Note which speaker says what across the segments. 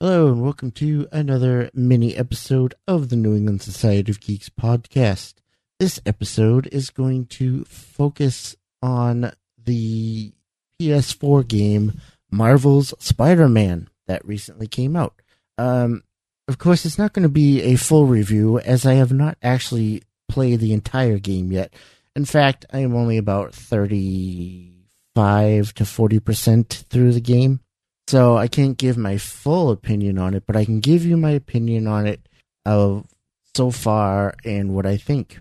Speaker 1: Hello, and welcome to another mini episode of the New England Society of Geeks podcast. This episode is going to focus on the PS4 game Marvel's Spider Man that recently came out. Um, of course, it's not going to be a full review as I have not actually played the entire game yet. In fact, I am only about 35 to 40% through the game. So I can't give my full opinion on it, but I can give you my opinion on it of so far and what I think.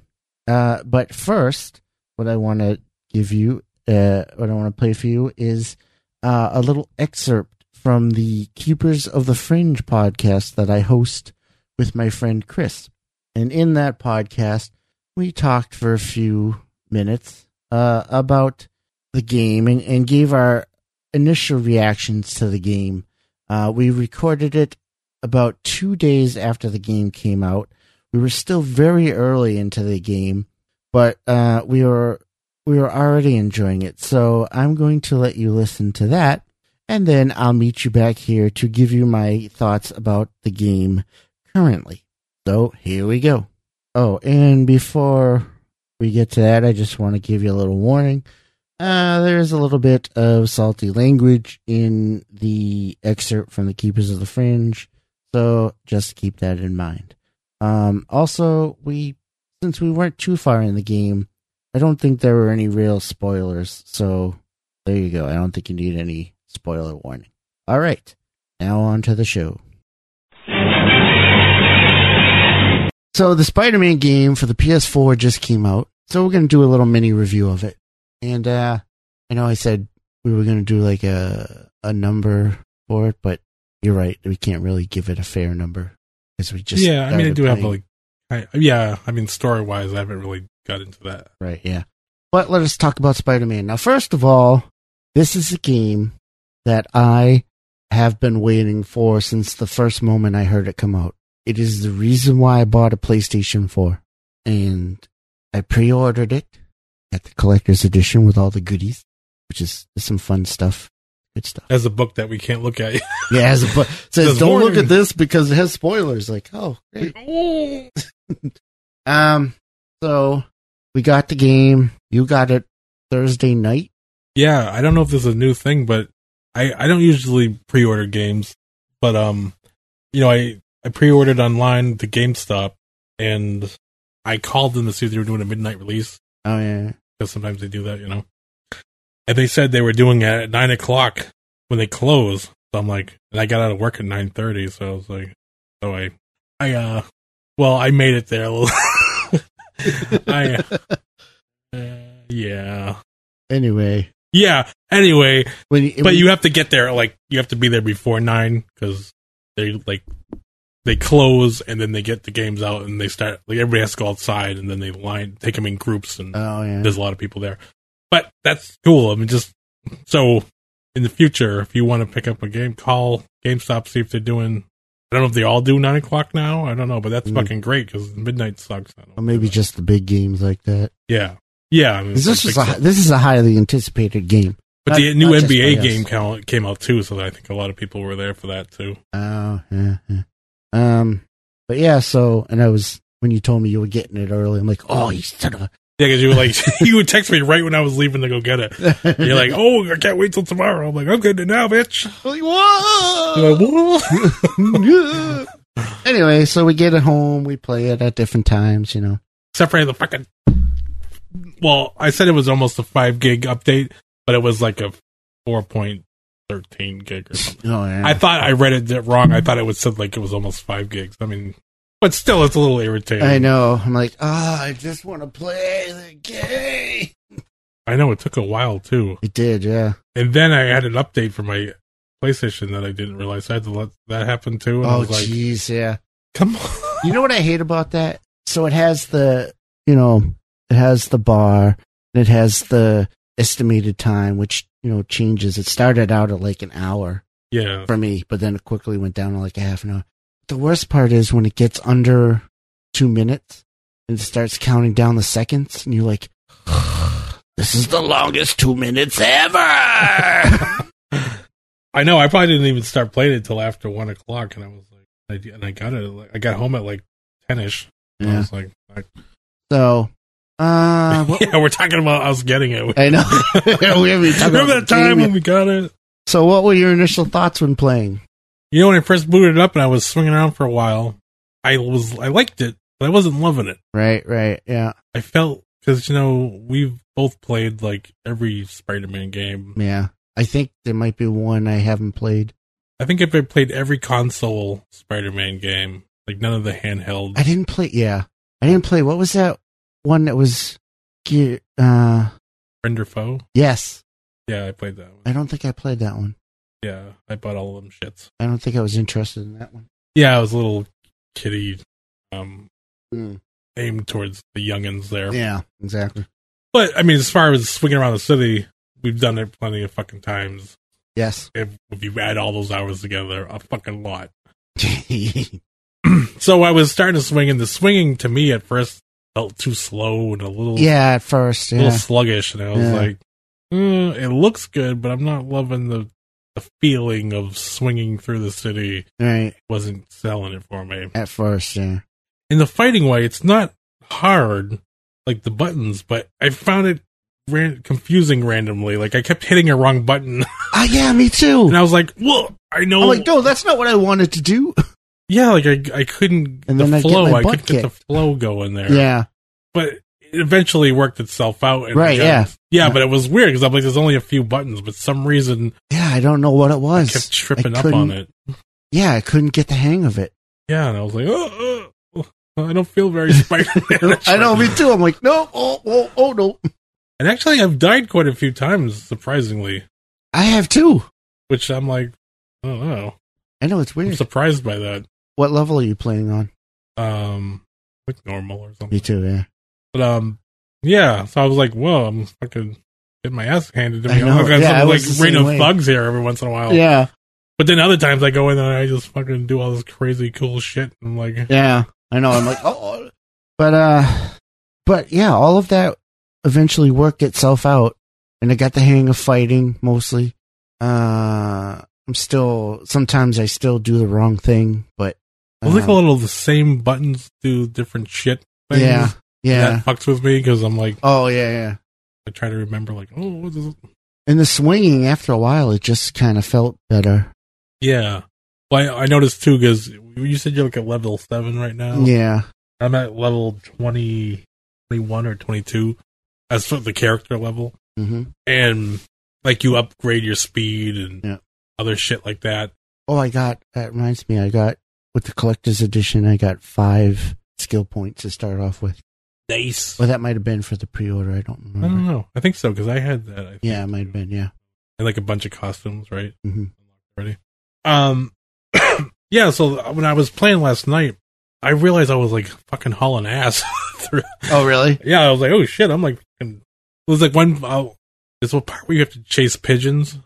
Speaker 1: Uh, but first, what I want to give you, uh, what I want to play for you is uh, a little excerpt from the Keepers of the Fringe podcast that I host with my friend Chris. And in that podcast, we talked for a few minutes uh, about the game and, and gave our initial reactions to the game. Uh, we recorded it about two days after the game came out. We were still very early into the game, but uh, we were we were already enjoying it. So I'm going to let you listen to that, and then I'll meet you back here to give you my thoughts about the game currently. So here we go. Oh, and before we get to that, I just want to give you a little warning. Uh, there's a little bit of salty language in the excerpt from the Keepers of the Fringe, so just keep that in mind. Um, also, we since we weren't too far in the game, I don't think there were any real spoilers, so there you go. I don't think you need any spoiler warning. All right, now on to the show. So the Spider-Man game for the PS4 just came out, so we're gonna do a little mini review of it. And uh, I know I said we were gonna do like a a number for it, but you're right. We can't really give it a fair number because we just
Speaker 2: yeah, I mean, I
Speaker 1: started
Speaker 2: do have
Speaker 1: playing.
Speaker 2: like, I, yeah, I mean, story wise, I haven't really got into that.
Speaker 1: Right, yeah. But let us talk about Spider Man. Now, first of all, this is a game that I have been waiting for since the first moment I heard it come out. It is the reason why I bought a PlayStation 4. And I pre ordered it at the collector's edition with all the goodies, which is some fun stuff. Good stuff.
Speaker 2: As a book that we can't look at.
Speaker 1: Yeah, it has a bu- says
Speaker 2: Says
Speaker 1: don't look
Speaker 2: warning."
Speaker 1: at this because it has spoilers. Like, oh, great. um, so we got the game. You got it Thursday night.
Speaker 2: yeah, I don't know if this is a new thing, but I I don't usually pre-order games, but um, you know, I I pre-ordered online to GameStop, and I called them to see if they were doing a midnight release
Speaker 1: Oh yeah.
Speaker 2: because sometimes they do that, you know. And they said they were doing it at nine o'clock when they close. So I'm like, and I got out of work at nine thirty, so I was like, so I, I uh, well, I made it there. a little- Oh, I, uh, yeah,
Speaker 1: Anyway,
Speaker 2: yeah. Anyway,
Speaker 1: when you,
Speaker 2: but you have to get there like you have to be there before nine because they like they close and then they get the games out and they start like everybody has to go outside and then they line take them in groups and
Speaker 1: oh yeah.
Speaker 2: there's a lot of people there. But that's cool. I mean, just so in the future, if you want to pick up a game, call GameStop, see if they're doing. I don't know if they all do nine o'clock now. I don't know, but that's
Speaker 1: Mm.
Speaker 2: fucking great because midnight sucks. I don't
Speaker 1: Or maybe
Speaker 2: know.
Speaker 1: just the big games like that.
Speaker 2: yeah, yeah. I mean,
Speaker 1: 'Cause This
Speaker 2: I
Speaker 1: was
Speaker 2: think
Speaker 1: a,
Speaker 2: so.
Speaker 1: this is a highly anticipated game.
Speaker 2: but
Speaker 1: not-
Speaker 2: the new
Speaker 1: not just
Speaker 2: NBA
Speaker 1: by us.
Speaker 2: game count came out too, so I think a lot of people were there for that too.
Speaker 1: Oh yeah. yeah. Um, but yeah. So, and I was when you told me you were getting it early. I'm like, oh, you son of
Speaker 2: Yeah, because you were like, you would text me right when I was leaving to go get it.
Speaker 1: a.
Speaker 2: You're like, oh, I can't wait till tomorrow. I'm like, I'm good to now, bitch. You're
Speaker 1: whoa.
Speaker 2: like, "Whoa."
Speaker 1: anyway, so we get it home, we play it at different times, you know.
Speaker 2: except for the fucking. Well, I said it was almost a five gig update, but it was like a four point thirteen gig or something.
Speaker 1: Oh yeah.
Speaker 2: I thought I read it wrong. I thought it was said like it was almost five gigs. I mean, but still, it's a little irritating.
Speaker 1: I know. I'm like, ah, I just want to play the game.
Speaker 2: I know it took a while too,
Speaker 1: It did, yeah.
Speaker 2: and then I had an update for my PlayStation that I didn't realize I had to let that happen too. And I
Speaker 1: Oh
Speaker 2: was like,
Speaker 1: jeez, yeah.
Speaker 2: come on.
Speaker 1: You know what I hate about that? So it has the, you know, it has the bar and it has the estimated time, which you know changes. It started out at like an hour
Speaker 2: Yeah,
Speaker 1: for me, but then it quickly went down to like a half an hour. The worst part is when it gets under two minutes and it starts counting down the seconds, and you're like, "This is the longest two minutes ever."
Speaker 2: I I know I probably didn't even start playing it until after one o'clock, and I was like, I, and I got it. like, I got home at like ten ish. I
Speaker 1: Yeah.
Speaker 2: was like, I-
Speaker 1: So, uh, what,
Speaker 2: yeah, we're talking about us getting it.
Speaker 1: I know. we haven't even talked about
Speaker 2: Remember
Speaker 1: the
Speaker 2: that time
Speaker 1: game
Speaker 2: when
Speaker 1: yet.
Speaker 2: we got it?
Speaker 1: So, what were your initial thoughts when playing?
Speaker 2: You know, when I first booted it up and I was swinging around for a while, I was I liked it, but I wasn't loving it.
Speaker 1: Right, right, yeah,
Speaker 2: I felt because you know we've both played like every Spider-Man game.
Speaker 1: yeah. I think there might be one I haven't played.
Speaker 2: I think if I played every console Spider-Man game, like none of the handheld,
Speaker 1: I didn't play. Yeah, I didn't play. What was that one that was? ge- Uh,
Speaker 2: Render Foe.
Speaker 1: yes,
Speaker 2: Yeah, I played that
Speaker 1: I
Speaker 2: one.
Speaker 1: don't think I played that one.
Speaker 2: Yeah, I bought all of them shits.
Speaker 1: I don't think I was interested in that one.
Speaker 2: Yeah, I was a little kitty, um,
Speaker 1: Mm.
Speaker 2: aimed towards the youngins there.
Speaker 1: Yeah, exactly.
Speaker 2: But I mean, as far as swinging around the city, we've done it plenty of fucking times.
Speaker 1: Yes.
Speaker 2: If, if you add all those hours together, a fucking lot.
Speaker 1: yeah.
Speaker 2: So I was starting to swing, and the swinging to me at first felt too slow and a little,
Speaker 1: At first,
Speaker 2: a little
Speaker 1: yeah,
Speaker 2: sluggish, and I was
Speaker 1: Yeah.
Speaker 2: like, "Eh, "It looks good, but I'm not loving the the feeling of swinging through the city."
Speaker 1: right.
Speaker 2: Wasn't selling it for me.
Speaker 1: At first, yeah.
Speaker 2: in the fighting way, it's not hard like the buttons, but I found it ran- confusing randomly. Like I kept hitting a wrong button,
Speaker 1: Ah, yeah, me too.
Speaker 2: and I was like, "Whoa!" I know,
Speaker 1: I'm like, no, that's not what I wanted to do.
Speaker 2: yeah, like I I couldn't
Speaker 1: And
Speaker 2: the
Speaker 1: then I get
Speaker 2: flow.
Speaker 1: my
Speaker 2: I
Speaker 1: butt
Speaker 2: couldn't get the flow going there.
Speaker 1: Yeah,
Speaker 2: but it eventually worked itself out. and
Speaker 1: Right,
Speaker 2: I got-
Speaker 1: yeah.
Speaker 2: yeah,
Speaker 1: Yeah.
Speaker 2: But it was weird because I'm like, there's only a few buttons, but some reason
Speaker 1: yeah. I don't know what it
Speaker 2: I
Speaker 1: was.
Speaker 2: kept tripping
Speaker 1: I
Speaker 2: up on
Speaker 1: couldn't-
Speaker 2: it.
Speaker 1: Yeah, I couldn't get the hang of it.
Speaker 2: Yeah, and I was like, oh. oh, oh, I don't feel very Spider-Man.
Speaker 1: I know, me too. I'm like, no, oh, oh, oh, no.
Speaker 2: And actually, I've died quite a few times, surprisingly.
Speaker 1: I have two.
Speaker 2: which I'm like, I don't know.
Speaker 1: I know it's
Speaker 2: I'm
Speaker 1: weird.
Speaker 2: surprised by that.
Speaker 1: What level are you playing on?
Speaker 2: Um, like normal or
Speaker 1: Me
Speaker 2: something.
Speaker 1: too. Yeah.
Speaker 2: But um, yeah. So I was like, whoa, I'm fucking getting my ass handed to me.
Speaker 1: I know.
Speaker 2: I've got
Speaker 1: Yeah, I
Speaker 2: some
Speaker 1: was
Speaker 2: like
Speaker 1: the
Speaker 2: rain
Speaker 1: same
Speaker 2: of
Speaker 1: way.
Speaker 2: thugs here every once in a while.
Speaker 1: Yeah.
Speaker 2: But then other times I go in there and I just fucking do all this crazy cool shit and like,
Speaker 1: Yeah. I know. I'm like, oh, oh. but uh, but yeah, all of that eventually worked itself out, and I got the hang of fighting mostly. Uh, I'm still sometimes I still do the wrong thing, but
Speaker 2: I like a
Speaker 1: uh,
Speaker 2: little the same buttons do different shit. Things.
Speaker 1: yeah, yeah.
Speaker 2: That fucks with me because I'm like,
Speaker 1: Oh yeah, yeah.
Speaker 2: I try to remember like, oh, what is it?
Speaker 1: And the swinging after a while, it just kind of felt better.
Speaker 2: yeah. Well, I, I noticed too because you said you're like at level seven right now.
Speaker 1: Yeah,
Speaker 2: I'm at level 20, 21 or 22 as for the character level.
Speaker 1: hmm
Speaker 2: And like you upgrade your speed and
Speaker 1: Yeah.
Speaker 2: other shit like that.
Speaker 1: Oh, I got, that reminds me, I got, with the collector's edition, I got five skill points to start off with.
Speaker 2: Nice.
Speaker 1: Or that might have been for the pre order. I don't
Speaker 2: I
Speaker 1: remember.
Speaker 2: don't know. I think so because I had that. I think,
Speaker 1: Yeah, it might have been. Yeah.
Speaker 2: And like a bunch of costumes, right?
Speaker 1: Mhm.
Speaker 2: Already. Um, yeah. So uh, when I was playing last night, I realized I was like fucking hauling ass. through.
Speaker 1: Oh, really?
Speaker 2: Yeah, I was like, oh shit. I'm like, fucking- it was like one. Oh, there's a part where you have to chase pigeons.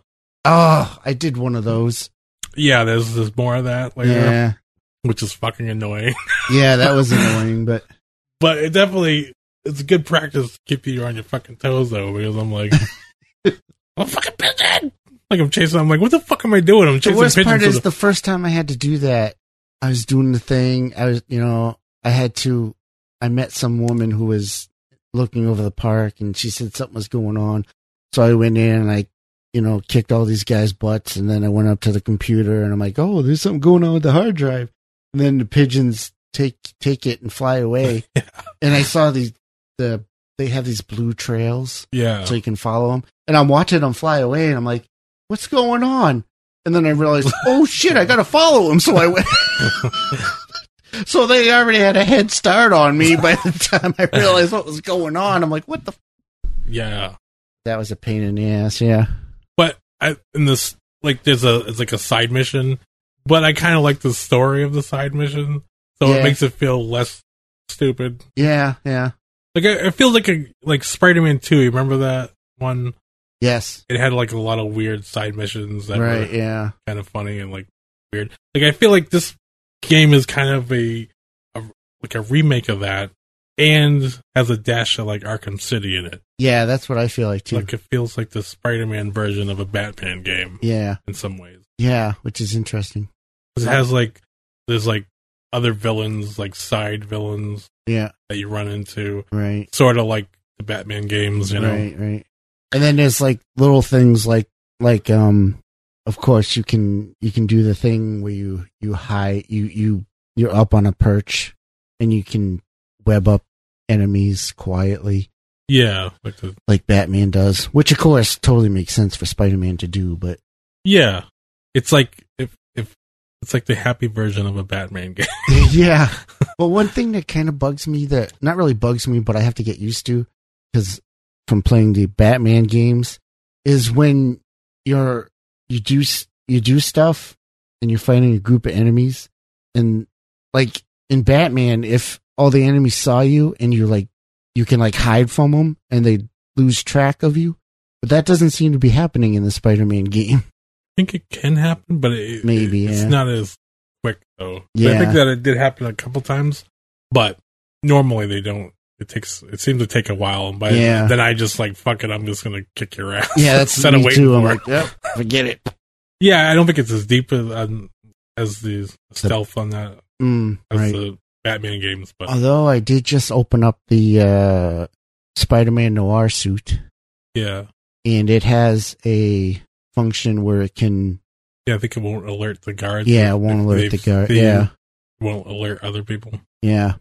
Speaker 1: Oh, I did one of those.
Speaker 2: Yeah, there's there's more of that later.
Speaker 1: Yeah.
Speaker 2: which is fucking annoying.
Speaker 1: Yeah, that was annoying, but
Speaker 2: But it definitely it's good practice to keep you on your fucking toes though, because I'm like I'm fucking pigeon. Like I'm chasing I'm like, what the fuck am I doing? I'm
Speaker 1: the
Speaker 2: chasing
Speaker 1: worst
Speaker 2: pigeons.
Speaker 1: part
Speaker 2: to
Speaker 1: is
Speaker 2: the-
Speaker 1: the first time I had to do that, I was doing the thing. I was, you know, I had to, I met some woman who was looking over the park and she said something was going on. So I went in and I, you know, kicked all these guys' butts and then I went up to the computer and I'm like, oh, there's something going on with the hard drive. And then the pigeons take, take it and fly away. And I saw these, the, they have these blue trails
Speaker 2: yeah.
Speaker 1: so you can follow them. And I'm watching them fly away, and I'm like, "What's going on?" And then I realized, "Oh shit, I gotta follow them." So I went. so they already had a head start on me by the time I realized what was going on. I'm like, "What the?" F-?
Speaker 2: yeah.
Speaker 1: That was a pain in the ass. Yeah.
Speaker 2: But I in this like there's a it's like a side mission. But I kinda like the story of the side mission. So
Speaker 1: Yeah.
Speaker 2: it makes it feel less stupid.
Speaker 1: Yeah. Yeah.
Speaker 2: Like it, it feels like a like Spider Man two, you remember that one?
Speaker 1: Yes.
Speaker 2: It had like a lot of weird side missions that were
Speaker 1: Right. Yeah.
Speaker 2: kind of funny and like weird. Like I feel like this game is kind of a, a like a remake of that, and has a dash of like Arkham City in it.
Speaker 1: Yeah, that's what I feel like too.
Speaker 2: Like it feels like the Spider-Man version of a Batman game
Speaker 1: yeah,
Speaker 2: in some ways.
Speaker 1: yeah, which is interesting.
Speaker 2: 'Cause it has like there's like other villains, like side villains
Speaker 1: Yeah,
Speaker 2: that you run into,
Speaker 1: right,
Speaker 2: sort of like the Batman games, you know.
Speaker 1: right, right. And then there's like little things like like um, of course you can you can do the thing where you you hide you you you're up on a perch and you can web up enemies quietly
Speaker 2: Yeah, like the
Speaker 1: like Batman does, which of course totally makes sense for Spider-Man to do, but
Speaker 2: yeah. It's like if if it's like the happy version of a Batman game.
Speaker 1: yeah. But one thing that kind of bugs me that not really bugs me, but I have to get used to because from playing the Batman games is when you're you do s- you do stuff and you're fighting a group of enemies and like in Batman, if all the enemies saw you and you're like you can like hide from them and they lose track of you, but that doesn't seem to be happening in the Spider-Man game.
Speaker 2: I think it can happen, but it,
Speaker 1: Maybe,
Speaker 2: it's
Speaker 1: yeah.
Speaker 2: not as quick though. I
Speaker 1: Yeah.
Speaker 2: think that it did happen a couple times, but normally they don't. It takes. It seems to take a while, and by
Speaker 1: Yeah.
Speaker 2: then I just like fuck it. I'm just gonna kick your ass.
Speaker 1: Yeah, that's
Speaker 2: instead of
Speaker 1: me
Speaker 2: waiting
Speaker 1: too. I'm
Speaker 2: for it.
Speaker 1: like, yep, forget it.
Speaker 2: Yeah, I don't think it's as deep as, um, as the stealth on that
Speaker 1: Mm,
Speaker 2: as
Speaker 1: right. Uh,
Speaker 2: the Batman games, but
Speaker 1: Although I did just open up the uh, Spider-Man Noir suit,
Speaker 2: yeah,
Speaker 1: and it has a function where it can,
Speaker 2: yeah. I think it won't alert the guards.
Speaker 1: yeah, it
Speaker 2: if-
Speaker 1: won't
Speaker 2: if
Speaker 1: alert the
Speaker 2: they've-
Speaker 1: guard.
Speaker 2: they
Speaker 1: Yeah,
Speaker 2: won't alert other people.
Speaker 1: yeah.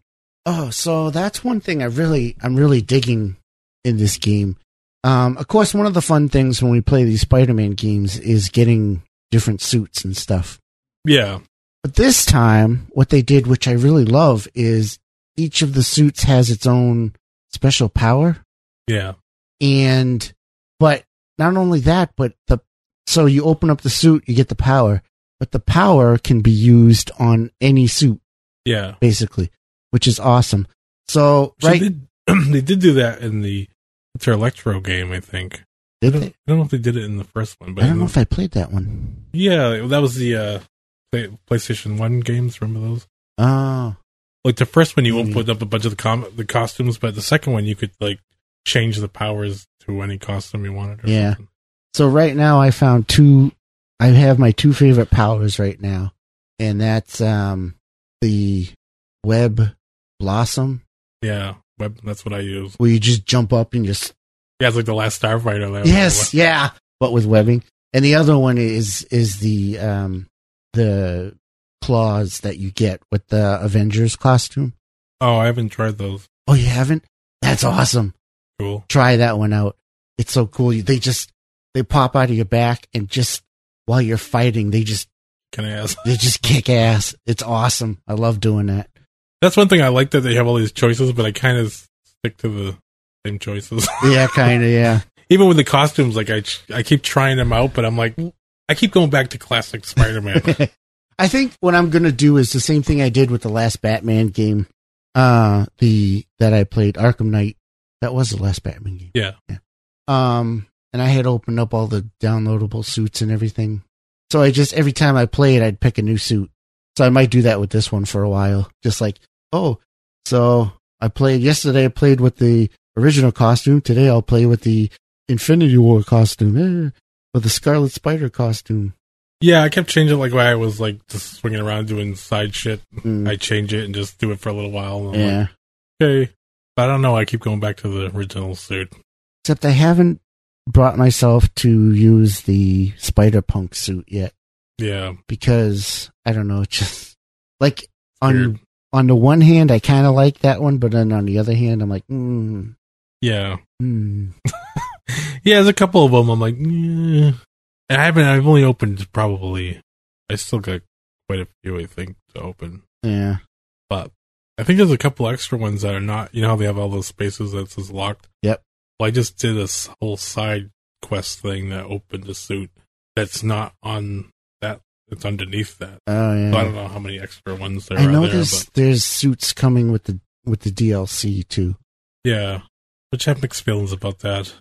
Speaker 1: Oh, so that's one thing I really, I'm really digging in this game. Um, of course, one of the fun things when we play these Spider-Man games is getting different suits and stuff.
Speaker 2: Yeah,
Speaker 1: But this time, what they did, which I really love, is each of the suits has its own special power.
Speaker 2: yeah,
Speaker 1: and but not only that but the so you open up the suit you get the power but the power can be used on any suit
Speaker 2: yeah.
Speaker 1: basically which is awesome so
Speaker 2: So
Speaker 1: right
Speaker 2: They did, they did do that in the Inter Electro game, I think. I
Speaker 1: did
Speaker 2: don't,
Speaker 1: they?
Speaker 2: I don't know if they did it in the first one, but
Speaker 1: i don't know if i played that one
Speaker 2: yeah, that was the uh, Play- PlayStation One games. Remember those?
Speaker 1: oh
Speaker 2: Like the first one, you
Speaker 1: Mhm.
Speaker 2: opened up a bunch of the com- the costumes, but the second one, you could like change the powers to any costume you wanted. Or
Speaker 1: Yeah.
Speaker 2: something.
Speaker 1: so right now i found two i have my two favorite powers right now and that's um the web blossom
Speaker 2: yeah. Web, that's what I use.
Speaker 1: where you just jump up and just
Speaker 2: Yeah, it's like the last Starfighter. That
Speaker 1: Yes, yeah, but with webbing. And the other one is is the um the claws that you get with the Avengers costume.
Speaker 2: Oh, I haven't tried those.
Speaker 1: Oh, you haven't? That's awesome.
Speaker 2: Cool.
Speaker 1: Try that one out. It's so cool. You- They just they pop out of your back and just while you're fighting, they just
Speaker 2: Can I ask?
Speaker 1: they just kick ass. It's awesome. I love doing that.
Speaker 2: That's one thing I like that they have all these choices, but I kind of stick to the same choices.
Speaker 1: Yeah, kind of. Yeah,
Speaker 2: even with the costumes, like I I keep trying them out, but I'm like I keep going back to classic Spider-Man.
Speaker 1: I think what I'm gonna do is the same thing I did with the last Batman game, uh, the that I played Arkham Knight. That was the last Batman game.
Speaker 2: Yeah.
Speaker 1: Um, and I had opened up all the downloadable suits and everything, so I just every time I played, I'd pick a new suit. So I might do that with this one for a while, just like oh, so I played yesterday. I played with the original costume. Today I'll play with the Infinity War costume, eh, with the Scarlet Spider costume.
Speaker 2: yeah, I kept changing like why I was like just swinging around doing side shit.
Speaker 1: Mm,
Speaker 2: I change it and just do it for a little while. And I'm
Speaker 1: yeah.
Speaker 2: like, okay. But I don't know. I keep going back to the original suit.
Speaker 1: Except I haven't brought myself to use the spider punk suit yet
Speaker 2: Yeah,
Speaker 1: because I don't know, it's just like on
Speaker 2: weird.
Speaker 1: on the one hand I kind of like that one, but then on the other hand I'm like, mm,
Speaker 2: yeah,
Speaker 1: mm.
Speaker 2: yeah. There's a couple of them. I'm like, "Yeah." and I haven't. I've only opened probably. I still got quite a few. I think to open.
Speaker 1: yeah,
Speaker 2: But I think there's a couple extra ones that are not. You know how they have all those spaces that says locked.
Speaker 1: Yep.
Speaker 2: Well, I just did this whole side quest thing that opened a suit that's not on that. It's underneath that.
Speaker 1: oh yeah.
Speaker 2: So I don't know how many extra ones there
Speaker 1: I
Speaker 2: are
Speaker 1: know
Speaker 2: there.
Speaker 1: there's
Speaker 2: But
Speaker 1: there's suits coming with the with the DLC too.
Speaker 2: yeah, which I have mixed feelings about that.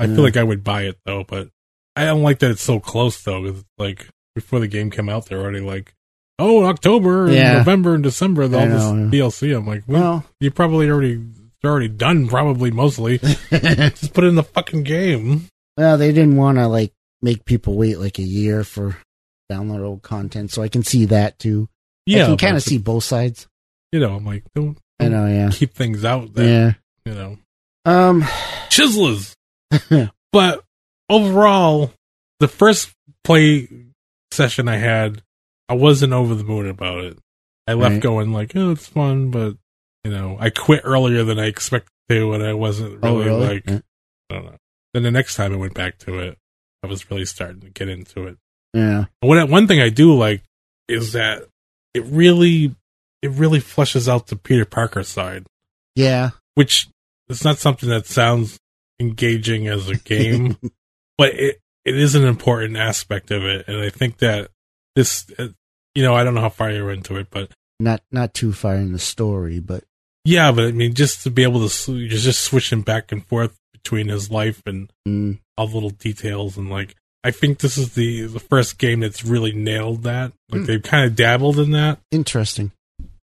Speaker 2: I
Speaker 1: Yeah.
Speaker 2: feel like I would buy it though, but I don't like that it's so close though. 'cause, like before the game came out, they're already like, "Oh, October, and
Speaker 1: Yeah.
Speaker 2: November, and December, all
Speaker 1: I
Speaker 2: this
Speaker 1: know, yeah.
Speaker 2: DLC." I'm like, well,
Speaker 1: Well,
Speaker 2: you probably already They're already done, probably mostly. Just put it in the fucking game.
Speaker 1: well, they didn't want to like make people wait like a year for download old content, so I can see that too. I
Speaker 2: Yeah,
Speaker 1: can kind
Speaker 2: but, Hmm.
Speaker 1: of see both sides.
Speaker 2: You know, I'm like, don't
Speaker 1: I know, yeah,
Speaker 2: keep things out there.
Speaker 1: yeah.
Speaker 2: You know,
Speaker 1: Um,
Speaker 2: chiselers. but overall, the first play session I had, I wasn't over the moon about it. I left
Speaker 1: Right.
Speaker 2: going like, oh, it's fun, but you know, I quit earlier than I expected to, and I wasn't
Speaker 1: oh
Speaker 2: really,
Speaker 1: really?
Speaker 2: like,
Speaker 1: Yeah.
Speaker 2: I don't know. Then the next time I went back to it, I was really starting to get into it.
Speaker 1: yeah,
Speaker 2: And what one thing I do like is that it really, it really flushes out the Peter Parker side,
Speaker 1: yeah,
Speaker 2: which is not something that sounds engaging as a game but it it is an important aspect of it, and I think that this, uh, you know, I don't know how far you're into it, but
Speaker 1: not not too far in the story, but
Speaker 2: yeah, but I mean, just to be able to sw- you're just switching back and forth between his life and
Speaker 1: mm,
Speaker 2: all the little details, and like I think this is the the first game that's really nailed that. Like
Speaker 1: Hmm.
Speaker 2: they've kind of dabbled in that,
Speaker 1: interesting.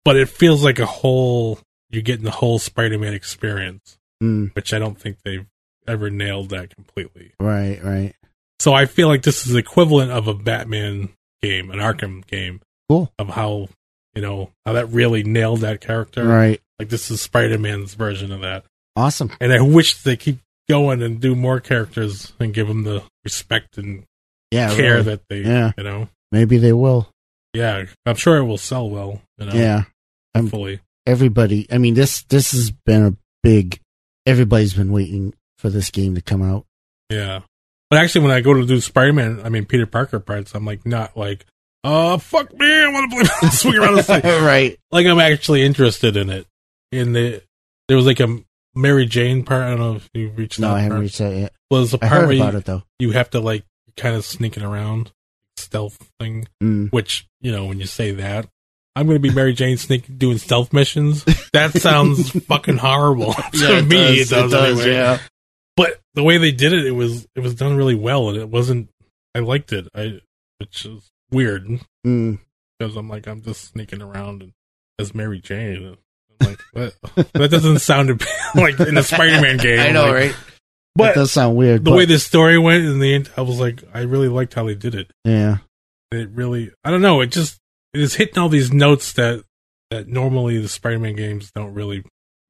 Speaker 2: but it feels like a whole you're getting the whole Spider-Man experience,
Speaker 1: Mm,
Speaker 2: which I don't think they've ever nailed that completely.
Speaker 1: right, right,
Speaker 2: So I feel like this is the equivalent of a Batman game, an Arkham game.
Speaker 1: Cool.
Speaker 2: Of how you know how that really nailed that character.
Speaker 1: right,
Speaker 2: Like this is Spider Man's version of that,
Speaker 1: awesome.
Speaker 2: and I wish they keep going and do more characters and give them the respect and
Speaker 1: Yeah,
Speaker 2: care
Speaker 1: really.
Speaker 2: that they,
Speaker 1: Yeah.
Speaker 2: you know,
Speaker 1: maybe they will.
Speaker 2: yeah. I'm sure it will sell well. You know,
Speaker 1: Yeah, I'm-
Speaker 2: hopefully.
Speaker 1: everybody. I mean this this has been a big. Everybody's been waiting for this game to come out.
Speaker 2: Yeah. But actually, when I go to do Spider Man, I mean Peter Parker parts, I'm like not like, uh, fuck me, I want to play swing around the thing.
Speaker 1: right.
Speaker 2: like I'm actually interested in it. In the there was like a Mary Jane part. I don't know if you reached
Speaker 1: No,
Speaker 2: that
Speaker 1: I haven't
Speaker 2: part.
Speaker 1: reached that yet.
Speaker 2: was the
Speaker 1: I
Speaker 2: part
Speaker 1: heard
Speaker 2: where
Speaker 1: about
Speaker 2: you,
Speaker 1: it though.
Speaker 2: you have to like kind of sneaking around, stealth thing.
Speaker 1: Mm.
Speaker 2: Which you know when you say that, I'm going to be Mary Jane sneak doing stealth missions. That sounds fucking horrible to me. It does, anyway.
Speaker 1: yeah.
Speaker 2: But the way they did it, it was it was done really well, and it wasn't. I liked it. I which is weird
Speaker 1: Mm.
Speaker 2: because I'm like I'm just sneaking around and, as Mary Jane. I'm like what? that doesn't sound a bit like in the Spider-Man game.
Speaker 1: I know,
Speaker 2: Like,
Speaker 1: right? that
Speaker 2: But
Speaker 1: does sound weird.
Speaker 2: the
Speaker 1: but-
Speaker 2: way the story went and the end, I was like, I really liked how they did it.
Speaker 1: yeah,
Speaker 2: It really, I don't know. It just it is hitting all these notes that that normally the Spider-Man games don't really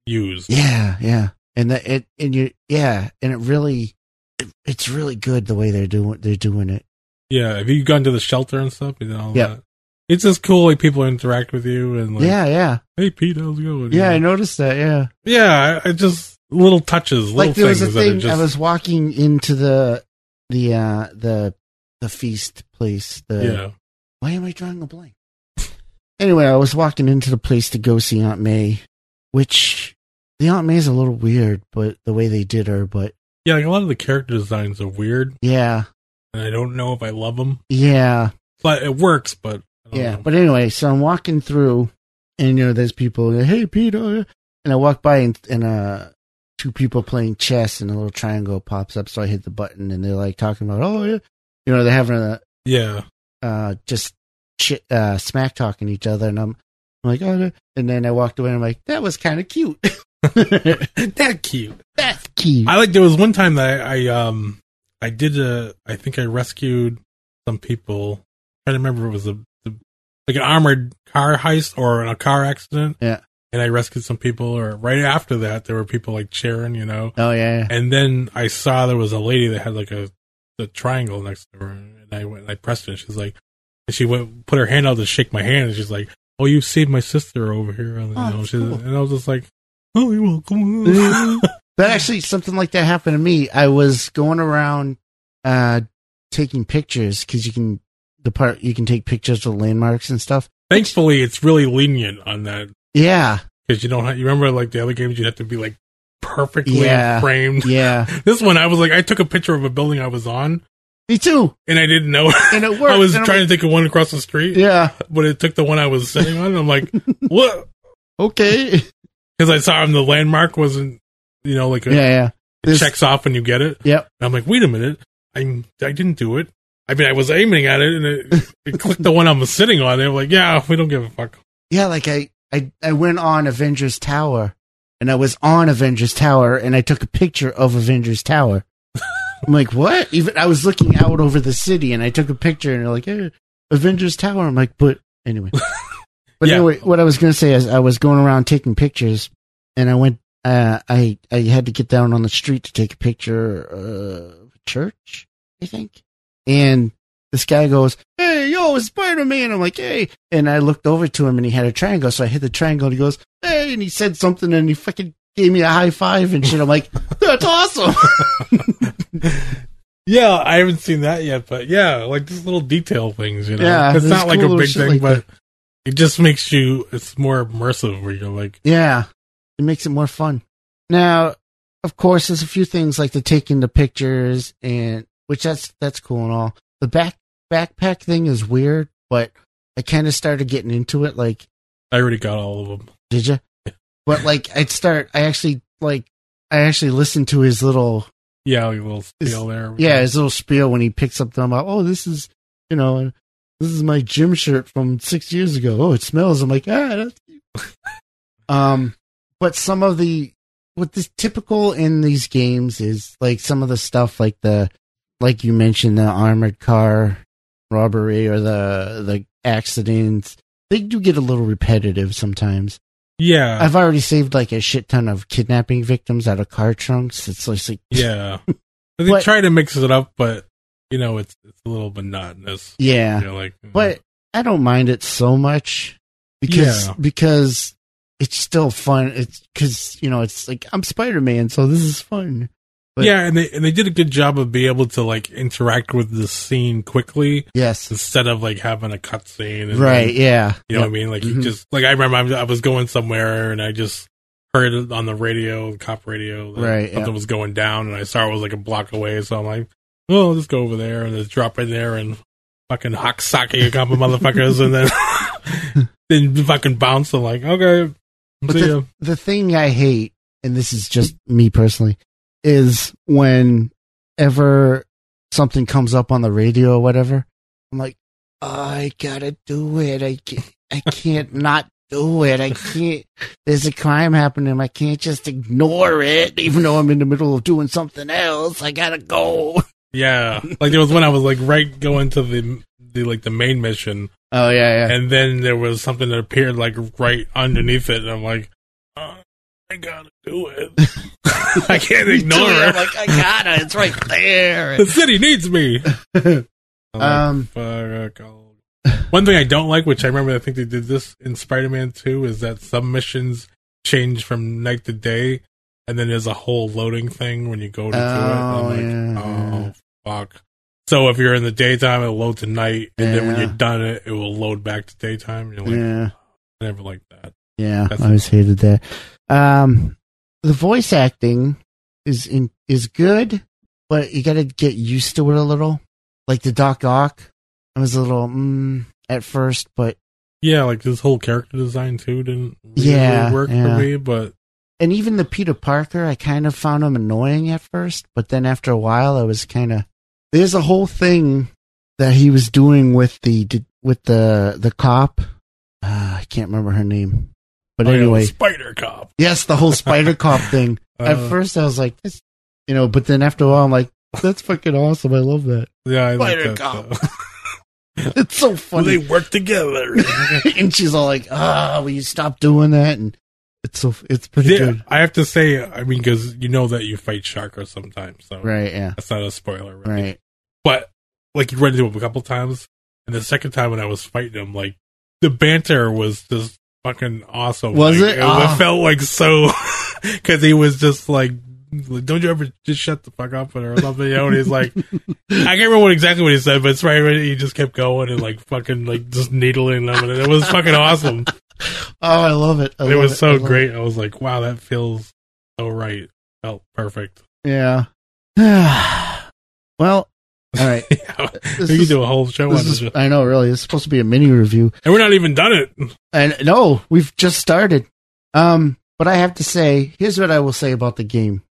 Speaker 2: use.
Speaker 1: yeah, yeah, and that it and you, yeah, and it really, it, it's really good the way they're doing they're doing it.
Speaker 2: Yeah, have you gone to the shelter and stuff? You know, all
Speaker 1: Yeah.
Speaker 2: that. It's just cool. Like people interact with you and like,
Speaker 1: yeah, yeah,
Speaker 2: hey Pete, how's it going?
Speaker 1: yeah. I noticed that. Yeah,
Speaker 2: yeah. I, I just little touches, little
Speaker 1: like there was
Speaker 2: things
Speaker 1: a
Speaker 2: that are
Speaker 1: thing.
Speaker 2: just.
Speaker 1: I was walking into the the uh the the feast place. The
Speaker 2: yeah.
Speaker 1: why am I drawing a blank? anyway, I was walking into the place to go see Aunt May, which the Aunt May is a little weird, but the way they did her, but
Speaker 2: Yeah, like a lot of the character designs are weird,
Speaker 1: yeah,
Speaker 2: and I don't know if I love them,
Speaker 1: yeah.
Speaker 2: but it works. But I don't
Speaker 1: Yeah,
Speaker 2: know.
Speaker 1: but anyway, so I'm walking through, and you know, there's people. Hey, Peter! And I walk by, and, and uh, two people playing chess, and a little triangle pops up. So I hit the button, and they're like talking about, oh, yeah. you know, they're having a
Speaker 2: yeah,
Speaker 1: uh, just shit, uh, smack talking each other, and I'm, I'm like, oh, no. and then I walked away, and I'm like, that was kind of cute.
Speaker 2: that cute.
Speaker 1: That's cute.
Speaker 2: I like. There was one time that I, I um I did a I think I rescued some people. I trying to remember if it was a the, like an armored car heist or a car accident.
Speaker 1: Yeah.
Speaker 2: and I rescued some people. Or right after that, there were people like cheering, you know.
Speaker 1: oh yeah,
Speaker 2: And then I saw there was a lady that had like a the triangle next to her, and I went and I pressed it. And she's like, and she went put her hand out to shake my hand, and she's like, "Oh, you saved my sister over here." And, you
Speaker 1: Oh,
Speaker 2: know,
Speaker 1: that's
Speaker 2: she's-
Speaker 1: cool.
Speaker 2: and I was just like, "Oh, you're welcome."
Speaker 1: yeah. That actually something like that happened to me. I was going around uh taking pictures because you can the part you can take pictures of landmarks and stuff.
Speaker 2: Thankfully, it's really lenient on that
Speaker 1: Yeah,
Speaker 2: because you don't. Have, you remember like the other games, you have to be like perfectly
Speaker 1: Yeah.
Speaker 2: framed.
Speaker 1: yeah,
Speaker 2: This one, I was like, I took a picture of a building I was on,
Speaker 1: me too.
Speaker 2: and I didn't know.
Speaker 1: And it worked.
Speaker 2: I was
Speaker 1: And I'm
Speaker 2: trying
Speaker 1: like,
Speaker 2: to take a one across the street,
Speaker 1: yeah,
Speaker 2: but it took the one I was sitting on. And I'm like, what?
Speaker 1: okay,
Speaker 2: because I saw him. The landmark wasn't, you know, like
Speaker 1: yeah,
Speaker 2: a,
Speaker 1: yeah,
Speaker 2: it
Speaker 1: This-
Speaker 2: checks off when you get it.
Speaker 1: Yep.
Speaker 2: And I'm like, wait a minute, I'm I didn't do it. I mean, I was aiming at it and it, it clicked the one I'm sitting on. They're like, yeah, we don't give a fuck.
Speaker 1: yeah. Like I, I, I went on Avengers Tower, and and I was on Avengers Tower and I took a picture of Avengers Tower. I'm like, what? Even I was looking out over the city and I took a picture and they're like, eh, Avengers Tower. I'm like, but anyway. But
Speaker 2: Yeah.
Speaker 1: anyway, what I was gonna say is I was going around taking pictures and I went uh, I I had to get down on the street to take a picture uh, of a church, I think. And this guy goes, Hey, yo, it's Spider Man. I'm like, Hey. And I looked over to him and he had a triangle. So I hit the triangle and he goes, Hey. And he said something and he fucking gave me a high five and shit. I'm like, That's awesome.
Speaker 2: Yeah, I haven't seen that yet, but yeah, like just little detail things, you know.
Speaker 1: Yeah,
Speaker 2: it's
Speaker 1: there's
Speaker 2: not like
Speaker 1: cool
Speaker 2: a
Speaker 1: little
Speaker 2: big
Speaker 1: shit
Speaker 2: thing,
Speaker 1: like
Speaker 2: but it just makes you it's more immersive where you're like,
Speaker 1: Yeah, it makes it more fun. Now, of course, there's a few things like the taking the pictures and which that's that's cool and all. The back backpack thing is weird, but I kind of started getting into it. Like,
Speaker 2: I already got all of them.
Speaker 1: did you? But like, I'd start. I actually like. I actually listened to his little
Speaker 2: Yeah, like a little
Speaker 1: Is-
Speaker 2: spiel there.
Speaker 1: yeah his little spiel when he picks up them up. Oh, this is you know this is my gym shirt from six years ago. Oh, it smells. I'm like ah. That's cute. um, but some of the what is typical in these games is like some of the stuff like the like you mentioned the armored car robbery or the the accidents. They do get a little repetitive sometimes.
Speaker 2: Yeah.
Speaker 1: I've already saved like a shit ton of kidnapping victims out of car trunks. It's just like
Speaker 2: yeah. they
Speaker 1: But-
Speaker 2: try to mix it up, but you know, it's it's a little monotonous.
Speaker 1: yeah.
Speaker 2: You know, like
Speaker 1: but I don't mind it so much because
Speaker 2: Yeah.
Speaker 1: because it's still fun. It's because you know it's like I'm Spider Man, so this is fun. but-
Speaker 2: yeah, and they and they did a good job of being able to like interact with the scene quickly
Speaker 1: Yes,
Speaker 2: instead of like having a cutscene. and
Speaker 1: right. Yeah,
Speaker 2: You know
Speaker 1: Yep.
Speaker 2: what I mean? Like you
Speaker 1: Mhm.
Speaker 2: just like I remember I'm- I was going somewhere and I just heard it on the radio, cop radio, that
Speaker 1: Right,
Speaker 2: Something
Speaker 1: yeah.
Speaker 2: was going down, and I saw it was like a block away. So I'm like, oh, let's go over there and just drop in there and fucking hock socket a couple motherfuckers, and then then fucking bounce. I'm like, okay,
Speaker 1: But
Speaker 2: see ya.
Speaker 1: the thing I hate, and this is just me personally, is whenever something comes up on the radio or whatever, I'm like, I gotta do it. I can't, I can't not do it. I can't. There's a crime happening. I can't just ignore it, even though I'm in the middle of doing something else. I gotta go.
Speaker 2: yeah. Like there was when I was like right going to the the like the main mission,
Speaker 1: Oh yeah,
Speaker 2: and then there was something that appeared like right underneath it, and I'm like, uh I gotta do it. I can't ignore it.
Speaker 1: I'm like, I gotta. It's right there.
Speaker 2: the city needs me.
Speaker 1: Um,
Speaker 2: Fuck all. One thing I don't like, which I remember, I think they did this in Spider-Man Two, is that some missions change from night to day, and then there's a whole loading thing when you go to do
Speaker 1: Oh,
Speaker 2: it. And I'm
Speaker 1: yeah.
Speaker 2: like, oh fuck. So if you're in the daytime, it'll load to night, and then when
Speaker 1: Yeah.
Speaker 2: you're done, it it will load back to daytime. You're like,
Speaker 1: yeah.
Speaker 2: I never like that.
Speaker 1: Yeah,
Speaker 2: That's-
Speaker 1: I always hated that. Um, the voice acting is in, is good, but you got to get used to it a little. Like the Doc Ock, I was a little mm, at first, but
Speaker 2: Yeah, like this whole character design too didn't really
Speaker 1: Yeah,
Speaker 2: work
Speaker 1: yeah.
Speaker 2: for me, but
Speaker 1: and even the Peter Parker, I kind of found him annoying at first, but then after a while, I was kind of there's a whole thing that he was doing with the with the the cop. Uh, I can't remember her name, but
Speaker 2: Oh, yeah,
Speaker 1: anyway,
Speaker 2: Spider Cop.
Speaker 1: yes, the whole Spider Cop thing. At
Speaker 2: Uh,
Speaker 1: first, I was like, this, you know, but then after a while, I'm like, that's fucking awesome. I love that.
Speaker 2: yeah, I like
Speaker 1: Spider
Speaker 2: that,
Speaker 1: Cop.
Speaker 2: though.
Speaker 1: It's so funny.
Speaker 2: work together.
Speaker 1: and she's all like, ah, will you stop doing that? And it's so, it's pretty good.
Speaker 2: I have to say, I mean, because you know that you fight Chakra sometimes, so
Speaker 1: Right. Yeah.
Speaker 2: that's not a spoiler, right?
Speaker 1: Right.
Speaker 2: But like you run into him a couple times, and the second time when I was fighting him, like the banter was just fucking awesome.
Speaker 1: Was
Speaker 2: Like,
Speaker 1: it? Ah.
Speaker 2: felt like so because he was just like. like, Don't you ever just shut the fuck up or something? You know, and he's like, I can't remember what exactly what he said, but it's right. right he just kept going and like fucking like just needling them, and it was fucking awesome.
Speaker 1: Oh, I love it. I
Speaker 2: it
Speaker 1: love
Speaker 2: was
Speaker 1: I
Speaker 2: so
Speaker 1: love
Speaker 2: great. I was like, wow, that feels so right. Felt perfect.
Speaker 1: it. Yeah. well, all right.
Speaker 2: Yeah, we
Speaker 1: This
Speaker 2: could
Speaker 1: is-
Speaker 2: do a whole show on
Speaker 1: This
Speaker 2: this.
Speaker 1: is, I know, really. It's supposed to be a mini review.
Speaker 2: And we're not even done it.
Speaker 1: And no, we've just started. Um, but I have to say, here's what I will say about the game.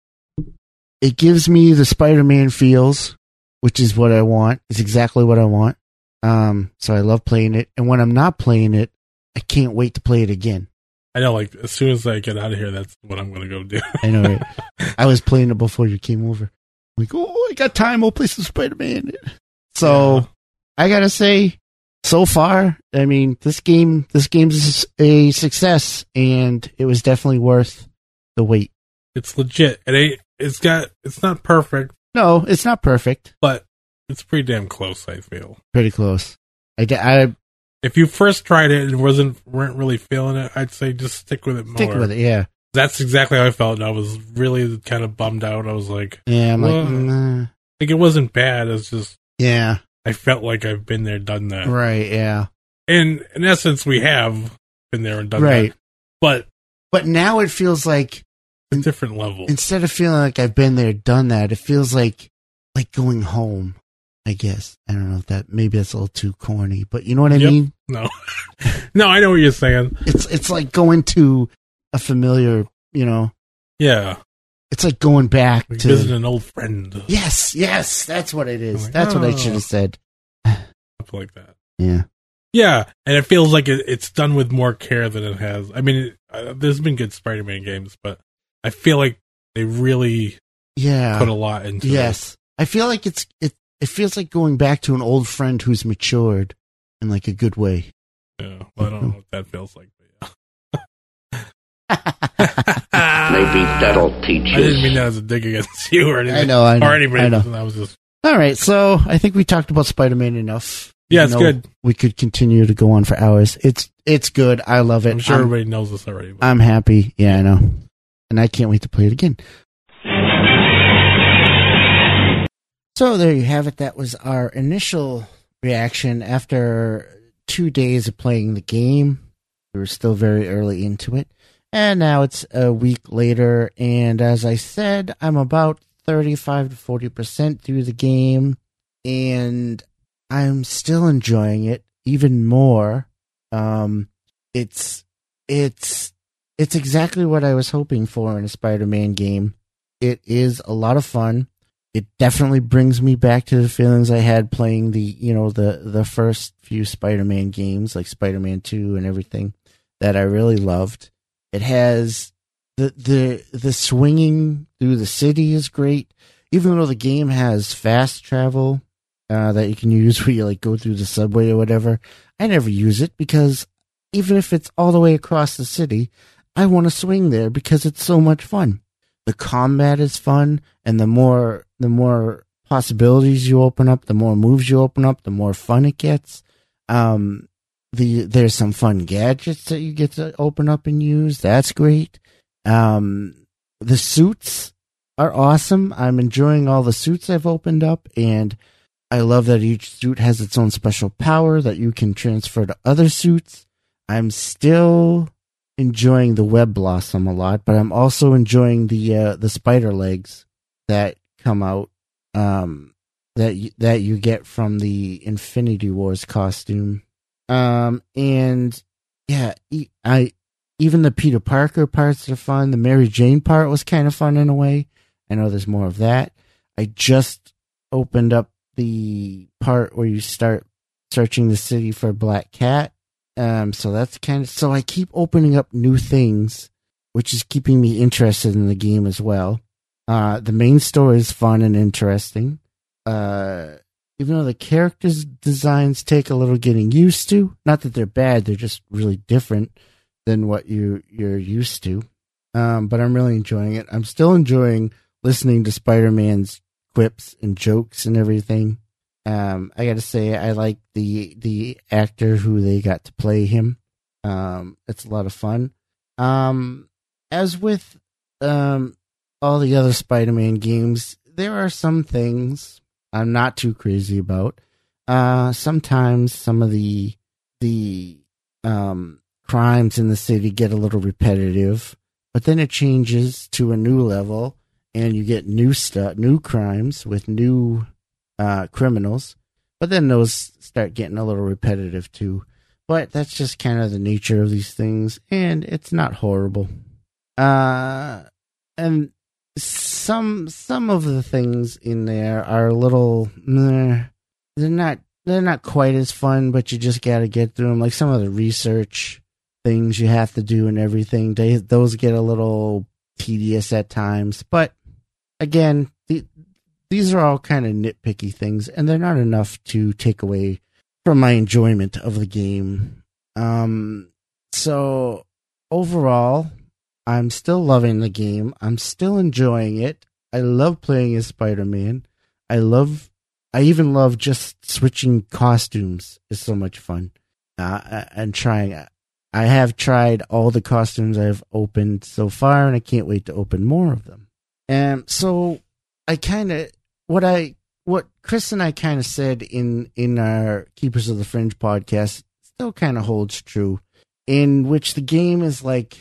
Speaker 1: It gives me the Spider-Man feels, which is what I want. It's exactly what I want. Um, so I love playing it. And when I'm not playing it, I can't wait to play it again.
Speaker 2: I know, like as soon as I get out of here, that's what I'm gonna go do.
Speaker 1: I know. Right? I was playing it before you came over. I'm like, oh, I got time. I'll play some Spider Man. So
Speaker 2: Yeah.
Speaker 1: I gotta say, so far, I mean, this game, this game's a success, and it was definitely worth the wait.
Speaker 2: It's legit. It ain't. It's got. It's not perfect,
Speaker 1: No, it's not perfect.
Speaker 2: but it's pretty damn close. I feel.
Speaker 1: Pretty close. I, d- I
Speaker 2: If you first tried it and wasn't weren't really feeling it, I'd say just stick with it more.
Speaker 1: stick with it. Yeah,
Speaker 2: That's exactly how I felt, and I was really kind of bummed out. I was like,
Speaker 1: yeah. I'm
Speaker 2: Whoa.
Speaker 1: like, nah.
Speaker 2: like it wasn't bad. It's just
Speaker 1: yeah,
Speaker 2: I felt like I've been there, done that.
Speaker 1: right, yeah,
Speaker 2: And in essence, we have been there and done
Speaker 1: right.
Speaker 2: that, but
Speaker 1: But now it feels like
Speaker 2: a different level.
Speaker 1: instead of feeling like I've been there, done that, it feels like like going home. I guess I don't know if that maybe that's a little too corny, but you know what I
Speaker 2: Yep.
Speaker 1: mean.
Speaker 2: No, no, I know what you're saying.
Speaker 1: It's it's like going to a familiar, you know.
Speaker 2: Yeah,
Speaker 1: It's like going back
Speaker 2: like
Speaker 1: to
Speaker 2: visit an old friend,
Speaker 1: yes, yes. That's what it is.
Speaker 2: Oh my
Speaker 1: that's what I
Speaker 2: God.
Speaker 1: should have said.
Speaker 2: something like that.
Speaker 1: Yeah,
Speaker 2: Yeah, and it feels like it, it's done with more care than it has. I mean, it, uh, there's been good Spider-Man games, but I feel like they really put
Speaker 1: yeah,
Speaker 2: a lot into.
Speaker 1: yes. I feel like it's it. It feels like going back to an old friend who's matured in like a good way.
Speaker 2: it. Yeah, well, I don't know what that feels like. But yeah.
Speaker 3: Maybe that'll teach
Speaker 2: I
Speaker 3: you.
Speaker 2: didn't mean that as a dig against you or anything.
Speaker 1: I know, I know,
Speaker 2: or anybody.
Speaker 1: I know.
Speaker 2: I was just
Speaker 1: All right, so I think we talked about Spider Man enough.
Speaker 2: yeah,
Speaker 1: You
Speaker 2: it's
Speaker 1: know,
Speaker 2: good.
Speaker 1: We could continue to go on for hours. It's it's good. I love it.
Speaker 2: I'm sure
Speaker 1: I'm-
Speaker 2: everybody knows this already. But
Speaker 1: I'm happy. Yeah, I know. And I can't wait to play it again. So there you have it. That was our initial reaction after two days of playing the game. We were still very early into it. And now it's a week later. And as I said, I'm about 35 to 40% through the game. And I'm still enjoying it even more. Um, it's it's it's exactly what I was hoping for in a Spider-Man game. It is a lot of fun. It definitely brings me back to the feelings I had playing the you know the the first few Spider-Man games like Spider-Man Two and everything that I really loved. It has the the the swinging through the city is great. Even though the game has fast travel uh, that you can use where you like go through the subway or whatever, I never use it because even if it's all the way across the city, I want to swing there because it's so much fun. The combat is fun, and the more the more possibilities you open up, the more moves you open up, the more fun it gets. Um, the there's some fun gadgets that you get to open up and use. That's great. Um, the suits are awesome. I'm enjoying all the suits I've opened up, and I love that each suit has its own special power that you can transfer to other suits. I'm still enjoying the web blossom a lot, but I'm also enjoying the uh, the spider legs that come out um, that you, that you get from the Infinity Wars costume. Um, and yeah, e- I even the Peter Parker parts are fun. The Mary Jane part was kind of fun in a way. I know there's more of that. I just opened up the part where you start searching the city for Black Cat. Um, so that's kind of so I keep opening up new things, which is keeping me interested in the game as well. Uh, the main story is fun and interesting. Uh, even though the characters' designs take a little getting used to, not that they're bad, they're just really different than what you you're used to. Um, but I'm really enjoying it. I'm still enjoying listening to Spider-Man's quips and jokes and everything. Um, I got to say, I like the the actor who they got to play him. Um, it's a lot of fun. Um, as with um, all the other Spider-Man games, there are some things I'm not too crazy about. Uh, sometimes some of the the um, crimes in the city get a little repetitive, but then it changes to a new level, and you get new stuff, new crimes with new uh, criminals. But then those start getting a little repetitive too. But that's just kind of the nature of these things, and it's not horrible. Uh, and some some of the things in there are a little meh. they're not they're not quite as fun, but you just got to get through them. Like some of the research things you have to do and everything. They those get a little tedious at times, but again, the, these are all kind of nitpicky things, and they're not enough to take away from my enjoyment of the game. Um, so overall, I'm still loving the game. I'm still enjoying it. I love playing as Spider Man. I love. I even love just switching costumes. It's so much fun. Uh, and trying. I have tried all the costumes I've opened so far, and I can't wait to open more of them. And so I kind of what I what Chris and I kind of said in in our Keepers of the Fringe podcast still kind of holds true, in which the game is like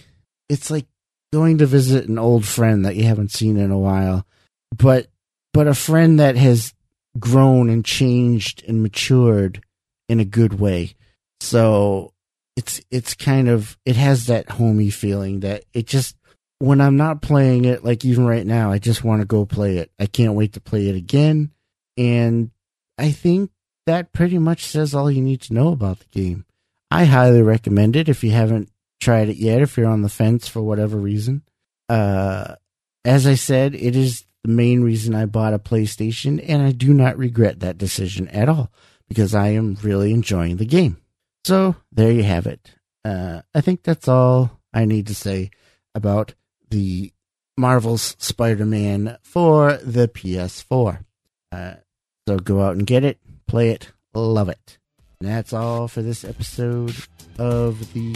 Speaker 1: it's like going to visit an old friend that you haven't seen in a while, but but a friend that has grown and changed and matured in a good way. So it's it's kind of it has that homey feeling that it just when I'm not playing it, like even right now, I just want to go play it. I can't wait to play it again. And I think that pretty much says all you need to know about the game. I highly recommend it if you haven't tried it yet, if you're on the fence for whatever reason. Uh, as I said, it is the main reason I bought a PlayStation, and I do not regret that decision at all because I am really enjoying the game. So there you have it. Uh, I think that's all I need to say about the Marvel's Spider Man for the PS4. Uh, so go out and get it, play it, love it. And that's all for this episode of the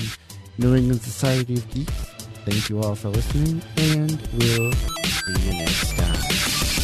Speaker 1: New England Society of Geeks. Thank you all for listening, and we'll see you next time.